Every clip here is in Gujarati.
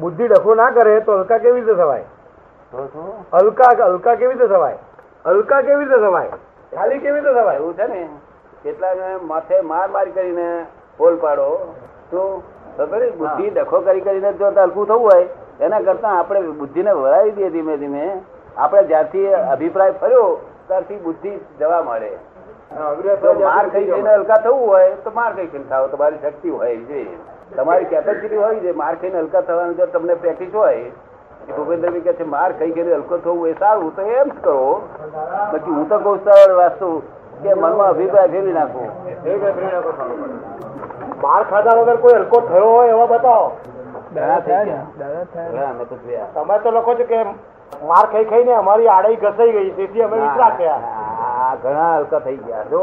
બુદ્ધિ ડખો ના કરે તો હલકા કેવી રીતે થવાય તો શું હલકા હલકા કેવી રીતે થવાય હલકા કેવી રીતે થવાય ખાલી કેવી રીતે થવાય એવું છે ને કેટલાને માથે માર માર કરીને બોલ પાડો શું ખબર છે? બુદ્ધિ ડખો કરી કરીને જો હલકું થવું હોય એના કરતા આપણે બુદ્ધિને વળાવી દઈએ ધીમે ધીમે આપણે જ્યારથી અભિપ્રાય ફર્યો ત્યારથી બુદ્ધિ જવા મળે જો માર ખાઈ ખાઈને હલકા થવું હોય તો માર ખાઈ ખાઈને થાવ તમારી શક્તિ હોય જોઈએ તમારી કેપેસિટી હોય છે માર ખાઈને હલકા થવાનું જો તમને પ્રેક્ટિસ હોય કે ભૂપેન્દ્રભાઈ કહે છે માર ખાઈ ખાઈને હલકો થવું એ સારું તો એમ જ કરો બાકી હું તો કહું છું, વાસ્તુ કે મનમાં અભિપ્રાય ફેરવી નાખો માર ખાધા વગર કોઈ હલકો થયો હોય એવા બતાવો ઘણા થઈ ગયા. ઘણા અમે તો થયા. તમે તો લખો છો કે માર ખાઈ ખાઈને અમારી આડાઈ ઘસાઈ ગઈ તેથી અમે વિતરા થયા આ ઘણા હલકા થઈ ગયા જો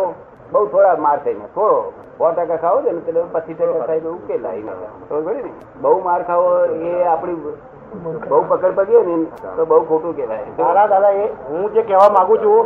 બહુ થોડા માર થઈને થોડો સો ટકા ખાવો છે ને એટલે પચીસ ટકા ખાઈ તો ઉકેલાય ને. ખબર પડી ને? બહુ માર ખાવો એ આપણી બહુ પકડ પડીએ ને તો બહુ ખોટું કહેવાય મારા દાદા એ હું જે કહેવા માંગુ છું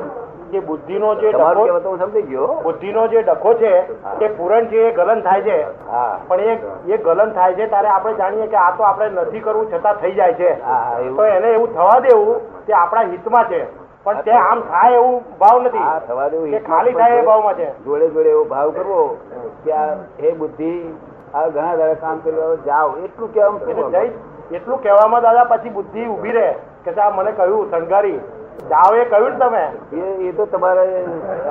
કે બુદ્ધિનો જે તમારું ડખો કહેવા તો હું સમજી ગયો બુદ્ધિનો જે ડખો છે તે પૂરણ છે એ ગલન થાય છે હા પણ એ એ ગલન થાય છે ત્યારે આપણે જાણીએ કે આ તો આપણે નથી કરવું છતાં થઈ જાય છે હા એવું તો એને એવું થવા દેવું તે આપણા હિતમાં છે પણ તે આમ થાય એવું ભાવ આ નથી થવા દેવું કે હિતમાં ખાલી પણ થાય એ છે. ભાવમાં છે જોડે જોડે એવો ભાવ કરવો કે આ હે બુદ્ધિ આ ઘણા દાડા કામ કરવા જાઓ એટલું કેમ એટલે જઈ એટલું કહેવામાં દાદા પછી બુદ્ધિ ઊભી રહે કે આ મને કહ્યું શણગારી જાઓ એ કહ્યું ને તમે એ એ તો તમારે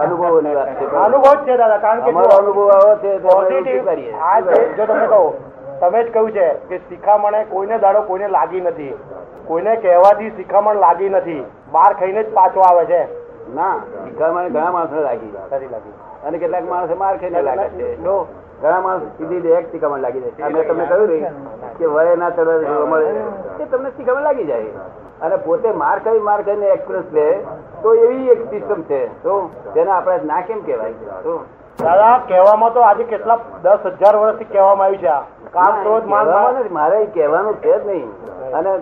અનુભવોની વાત છે અનુભવ જ છે દાદા કારણ કે અમારો જો અનુભવ આવો છે તો અમે એવું positive સ્વીકારીએ. આ જે- જો તમને કહું તમે જ કહ્યું છે કે શિખામણે કોઈને દાડો કોઈને લાગી નથી કોઈને કહેવાથી શિખામણ લાગી નથી બહાર ખાઈને જ પાછો આવે છે ના શિખામણ ઘણા માણસો લાગી નથી લાગી અને કેટલાક માણસે માર ખાઈને લાગે છે જો ઘણા માણસ સીધી direct શિખામણ લાગી જાય છે. અમે તમને કહ્યું ને કે વળે ના ચડવા જોવા મળે એ તમને શિખામણ લાગી જાય અને પોતે માર ખાઈ માર ખાઈને એક્સપ્રેસ લે તો એવી એક સિસ્ટમ છે તો જેને આપણે ના કેમ કહેવાય તો દાદા કહેવામાં તો આજે કેટલા દસ હજાર વર્ષથી કહેવામાં આવ્યું છે આ. કામ ક્રોધ માન કહેવામાં માન નથી. મારે એ કહેવાનું છે જ નહીં અને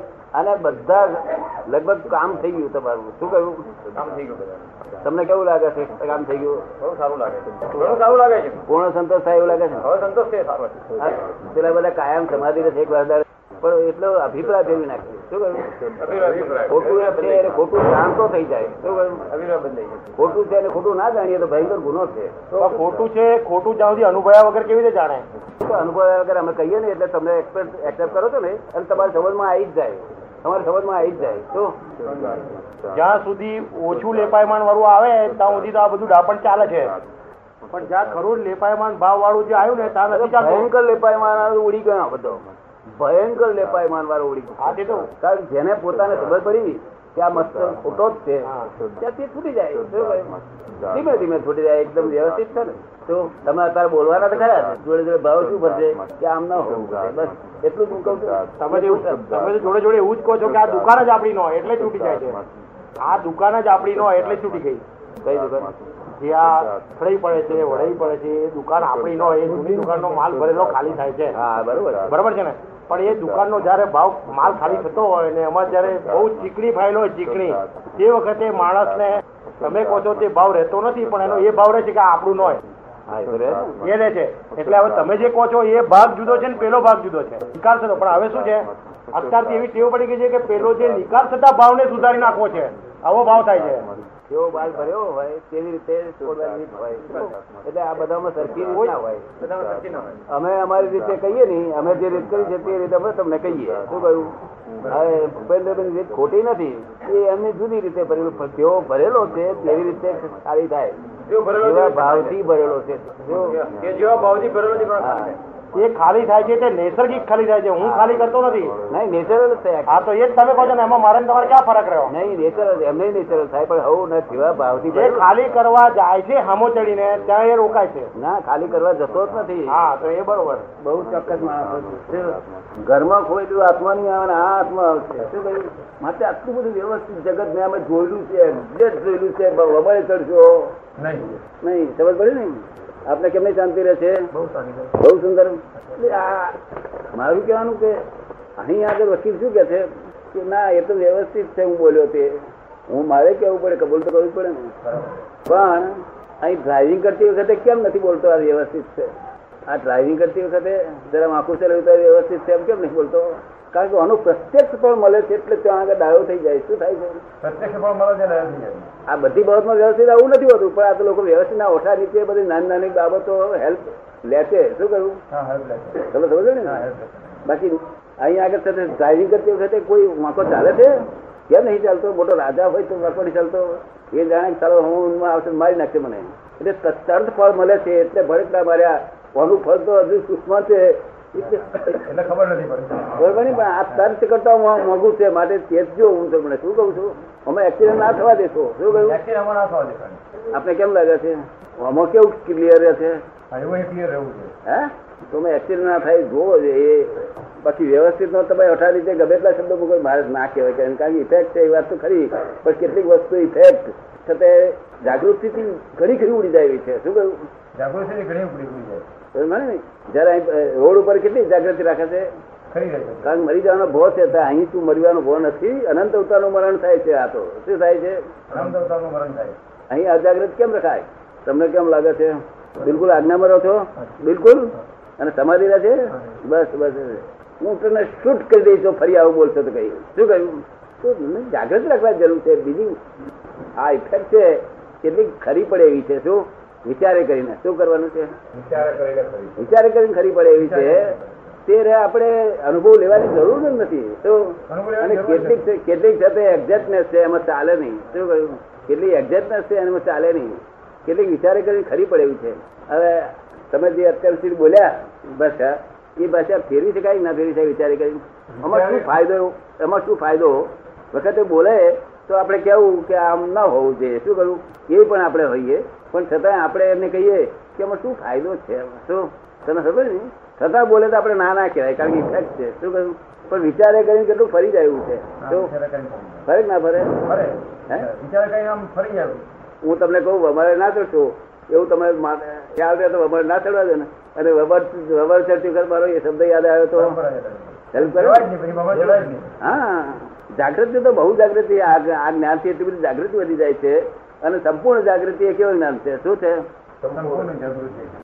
અને બધા લગભગ કામ થઈ ગયું તમારું શું કહ્યું તમને કેવું લાગે છે કામ થઈ ગયું પૂર્ણ સંતોષ થાય એવું લાગે છે આ પેલા બધા કાયમ સમાધિ રહે છે એક વારદાર પણ એટલો અભિપ્રાય ફેરવી નાખે શું કહ્યું ખોટું છે એટલે ખોટું જાણ તો થઈ જાય શું કહ્યું ખોટું છે અને ખોટું ના જાણીએ તો ભયંકર ગુનો છે પણ ખોટું છે ખોટું જ્યાં સુધી અનુભવ્યા વગર કેવી રીતે જાણે તો અનુભવ વગર અમે કહીએ ને એટલે તમે એક્સેપ્ટ કરો છો ને અને તમારી સમજમાં આવી જ જાય તમારી સમજમાં આવી જ જાય તો જ્યાં સુધી ઓછું લેપાયમાન વાળું આવે ત્યાં સુધી તો આ બધું ડાપણ ચાલે છે પણ જ્યાં ખરું લેપાયમાન ભાવ વાળું જે આવ્યું ને ત્યાં નથી ચાલતું ભયંકર લેપાય મારનારો ઉડી ગયો આ બધો ભયંકર લેપાય મારનારો ઉડી ગયો હા તે તો કારણ કે જેને પોતાને ખબર પડી કે આ મસ્તક ખોટો જ છે હા. ત્યાંથી છૂટી જાય શું કહ્યું? ધીમે ધીમે છૂટી જાય એકદમ વ્યવસ્થિત છે ને તો તમે અત્યારે બોલવાના તો ખરા જ. જોડે જોડે ભાવ શું ભરશે કે આમ ન હોવું જોઈએ. બસ એટલું જ હું કહું છું. તમે તો એવું તમે તો જોડે જોડે એવું જ કહો છો કે આ દુકાન જ આપણી નો એટલે છૂટી જાય છે આ દુકાન જ આપણી નો એટલે છૂટી ગઈ કઈ દુકાન જે આ ખડી પડે છે વડાઈ પડે છે એ દુકાન આપણી નો એ જૂની દુકાનનો માલ ભરેલો ખાલી થાય છે હા બરોબર બરાબર છે ને પણ એ દુકાનનો જ્યારે ભાવ માલ ખાલી થતો હોય ને એમાં જ્યારે બહુ ચીકણી ફાઇલ હોય ચીકણી તે વખતે માણસને તમે કહો છો તે ભાવ રહેતો નથી પણ એનો એ ભાવ રહે છે કે આ આપણું ન હોય હા એ તો રહે ને. એ રહે છે એટલે હવે તમે જે કહો છો એ ભાગ જુદો છે ને પેલો ભાગ જુદો છે નિકાલ થતો પણ હવે શું છે અત્યારથી એવી ટેવ પડી ગઈ છે કે પેલો જે નિકાલ થતા ભાવને સુધારી નાખવો છે આવો ભાવ થાય છે જેવો બાલ ભર્યો હોય તેવી રીતે છોડવાની રીત હોય એટલે આ બધામાં સરખી રીત ના હોય અમે અમારી રીતે કહીએ નહીં અમે જે રીત કરી છે તે રીતે અમે તમને કહીએ શું કહ્યું હવે ભૂપેન્દ્રભાઈની રીત ખોટી નથી એ એમની જુદી રીતે ભરેલું પણ જેવો ભરેલો છે તેવી રીતે ખાલી થાય એવા ભાવથી ભરેલો છે જો, હા. એ ખાલી થાય છે તે નૈસર્ગિક ખાલી થાય છે હું ખાલી કરતો નથી નહીં નેચરલ જ થયા હા તો એ જ તમે કહો છો ને એમાં મારે ને તમારે ક્યાં ફરક રહ્યો નહીં નેચરલ એમને નેચરલ થાય પણ હવું નથી એવા ભાવથી એ ભરેલું. ખાલી કરવા જાય છે હામો ચડીને ત્યાં એ રોકાય છે ના ખાલી કરવા જતો જ નથી હા તો એ બરોબર બહુ ચોક્કસ માણસ છે. ઘરમાં ખોઈ તો આત્મા નહીં આવે ને આ આત્મા આવશે શું કહ્યું માટે આટલું બધું વ્યવસ્થિત જગત મેં અમે જોયેલું છે exact જોયેલું છે બ- વમળે ચડશો નહીં ખબર પડી ને આપને કેમની શાંતિ રહે છે બહુ સુંદર એટલે આ મારું કહેવાનું કે અહીં આગળ વકીલ શું કહે છે કે ના એ તો વ્યવસ્થિત છે હું બોલ્યો તે હું મારે કહેવું પડે કબૂલ તો કરવું પડે ને પણ અહીં ડ્રાઇવિંગ કરતી વખતે કેમ નથી બોલતો આ વ્યવસ્થિત છે આ ડ્રાઇવિંગ કરતી વખતે જરા આંખું ચલાવ્યું તો આ વ્યવસ્થિત છે એમ કેમ નથી બોલતો કારણ કે આનું પ્રત્યક્ષ પણ મળે છે એટલે ત્યાં આગળ ડાયો થઈ જાય શું થાય છે પ્રત્યક્ષ પણ મળે છે ને રહે છે. આ બધી બાબતમાં વ્યવસ્થિત આવું નથી હોતું પણ આ તો લોકો વ્યવસ્થિતના ઓઠા નીચે બધી નાની નાની બાબતો હેલ્પ લે છે શું કરવું હા help લે છે. તમે સમજો ને હા, help લે છે. બાકી અહીંયા આગળ સાથે ડ્રાઇવિંગ કરતી વખતે કોઈ વાંકો ચાલે છે કેમ નહીં ચાલતો મોટો રાજા હોય તો વાંકો નહીં ચાલતો એ જાણે કે ચાલો હું ઊંઘમાં આવશે તો મારી નાખશે મને એટલે ત- તરત ફળ મળે છે એટલે ભડકડા માર્યા ઓનું ફળ તો હજુ સૂક્ષ્મ છે એટલે એટલે ખબર નથી પડતી બરોબર નહીં? પણ આ તર્ક કરતા હું મોંઘું છે માટે ચેતજો હું તમને શું કહું છું અમે એક્સિડન્ટ ના થવા દેશો શું કહ્યું Accident આમાં ના થવા દેવાની. આપણે કેમ લાગે છે આમાં કેવું ક્લિયર છે હા, એવું અહીં clear રહેવું છે હે તમે એક્સિડન્ટ ના થાય જોવો છે એ બાકી વ્યવસ્થિત નો તમે અઠાર રીતે ગમે એટલા શબ્દો મૂકો મારે ના કહેવાય કારણ કે ઇફેક્ટ છે એ વાત તો ખરી પણ કેટલીક વસ્તુ ઇફેક્ટ છતાં જાગૃતિથી ઘણી ખરી ઉડી જાય એવી છે શું કહ્યું જાગૃતિની ઘણી ઉપરી ઉડી જાય સમજ પડી ને જ્યારે અહીં અ, રોડ ઉપર કેટલી જાગૃતિ રાખે છે ખરી રહે છે કારણ કે મરી જવાનો ભો છે તો અહીં તું મરવાનો ભો નથી અનંત અવતારનું મરણ થાય છે આ તો શું થાય છે અનંત અવતારનું મરણ થાય અહીં અજાગ્રત કેમ રખાય તમને કેમ લાગે છે બિલકુલ આજ્ઞામાં રહો છો બિલકુલ અને સમાધિ રહે છે બસ બસ હું તને શૂટ કરી દઈશ જો ફરી આવું બોલશો તો કહ્યું શું કહ્યું તો મને જાગૃત રાખવા જરૂર છે બીજી આ ઇફેક્ટ છે કેટલી ખરી પડે એવી છે શું વિચારે કરીને શું કરવાનું છે વિચાર કરીને ખરી વિચારે કરીને ખરી પડે એવી છે તે રે આપણે અનુભવ લેવાની જરૂર જ નથી તો અનુભવ લેવાની અને જરૂર જ કેટલીક છે- કેટલીક છે તે એક્ઝેક્ટનેસ છે એમાં ચાલે નહીં શું કહ્યું કેટલી એક્ઝેક્ટનેસ છે એમાં ચાલે નહીં કેટલીક વિચારે કરીને ખરી પડે એવી છે હવે તમે જે અત્યાર સુધી બોલ્યા ભાષા એ ભાષા ફેરવી શકાય કે ના ફેરવી શકાય વિચારે કરીને આમાં શું ફાયદો એમાં શું ફાયદો વખતે બોલે તો આપણે કહેવું કે આમ ન હોવું જોઈએ શું કરવું એ પણ આપણે હોઈએ પણ છતાં આપણે એમને કહીએ કે એમાં શું ફાયદો છે એમાં? શું તને ખબર ને છતાં બોલે તો આપણે ના ના કહેવાય કારણ કે ઇફેક્ટ છે શું કહ્યું પણ વિચારે કરીને કેટલું ફરી જાય એવું છે હા, તો વિચારે કરીને ખરી જાય. ફરે કે ના ફરે ફરે હે? વિચારે કરીને આમ ફરી જાય હું તમને કહું અમારે ના ચડશો એવું તમે માને ખ્યાલ રહે તો અમારે ના ચડવા દે ને અને વબર વબર ચડતી વખત મારો એ શબ્દ યાદ આવ્યો તો બરાબર જ એટલે. હેલ્પ જવાય કરે જ નહીં પછી બાબા જવાય જ નહીં હા જાગૃતિ તો બહુ જાગૃતિ આ આ જ્ઞાનથી એટલી બધી જાગૃતિ વધી જાય છે અને સંપૂર્ણ જાગૃતિ એ કેવું જ્ઞાન છે શું છે સંપૂર્ણ જાગૃતિ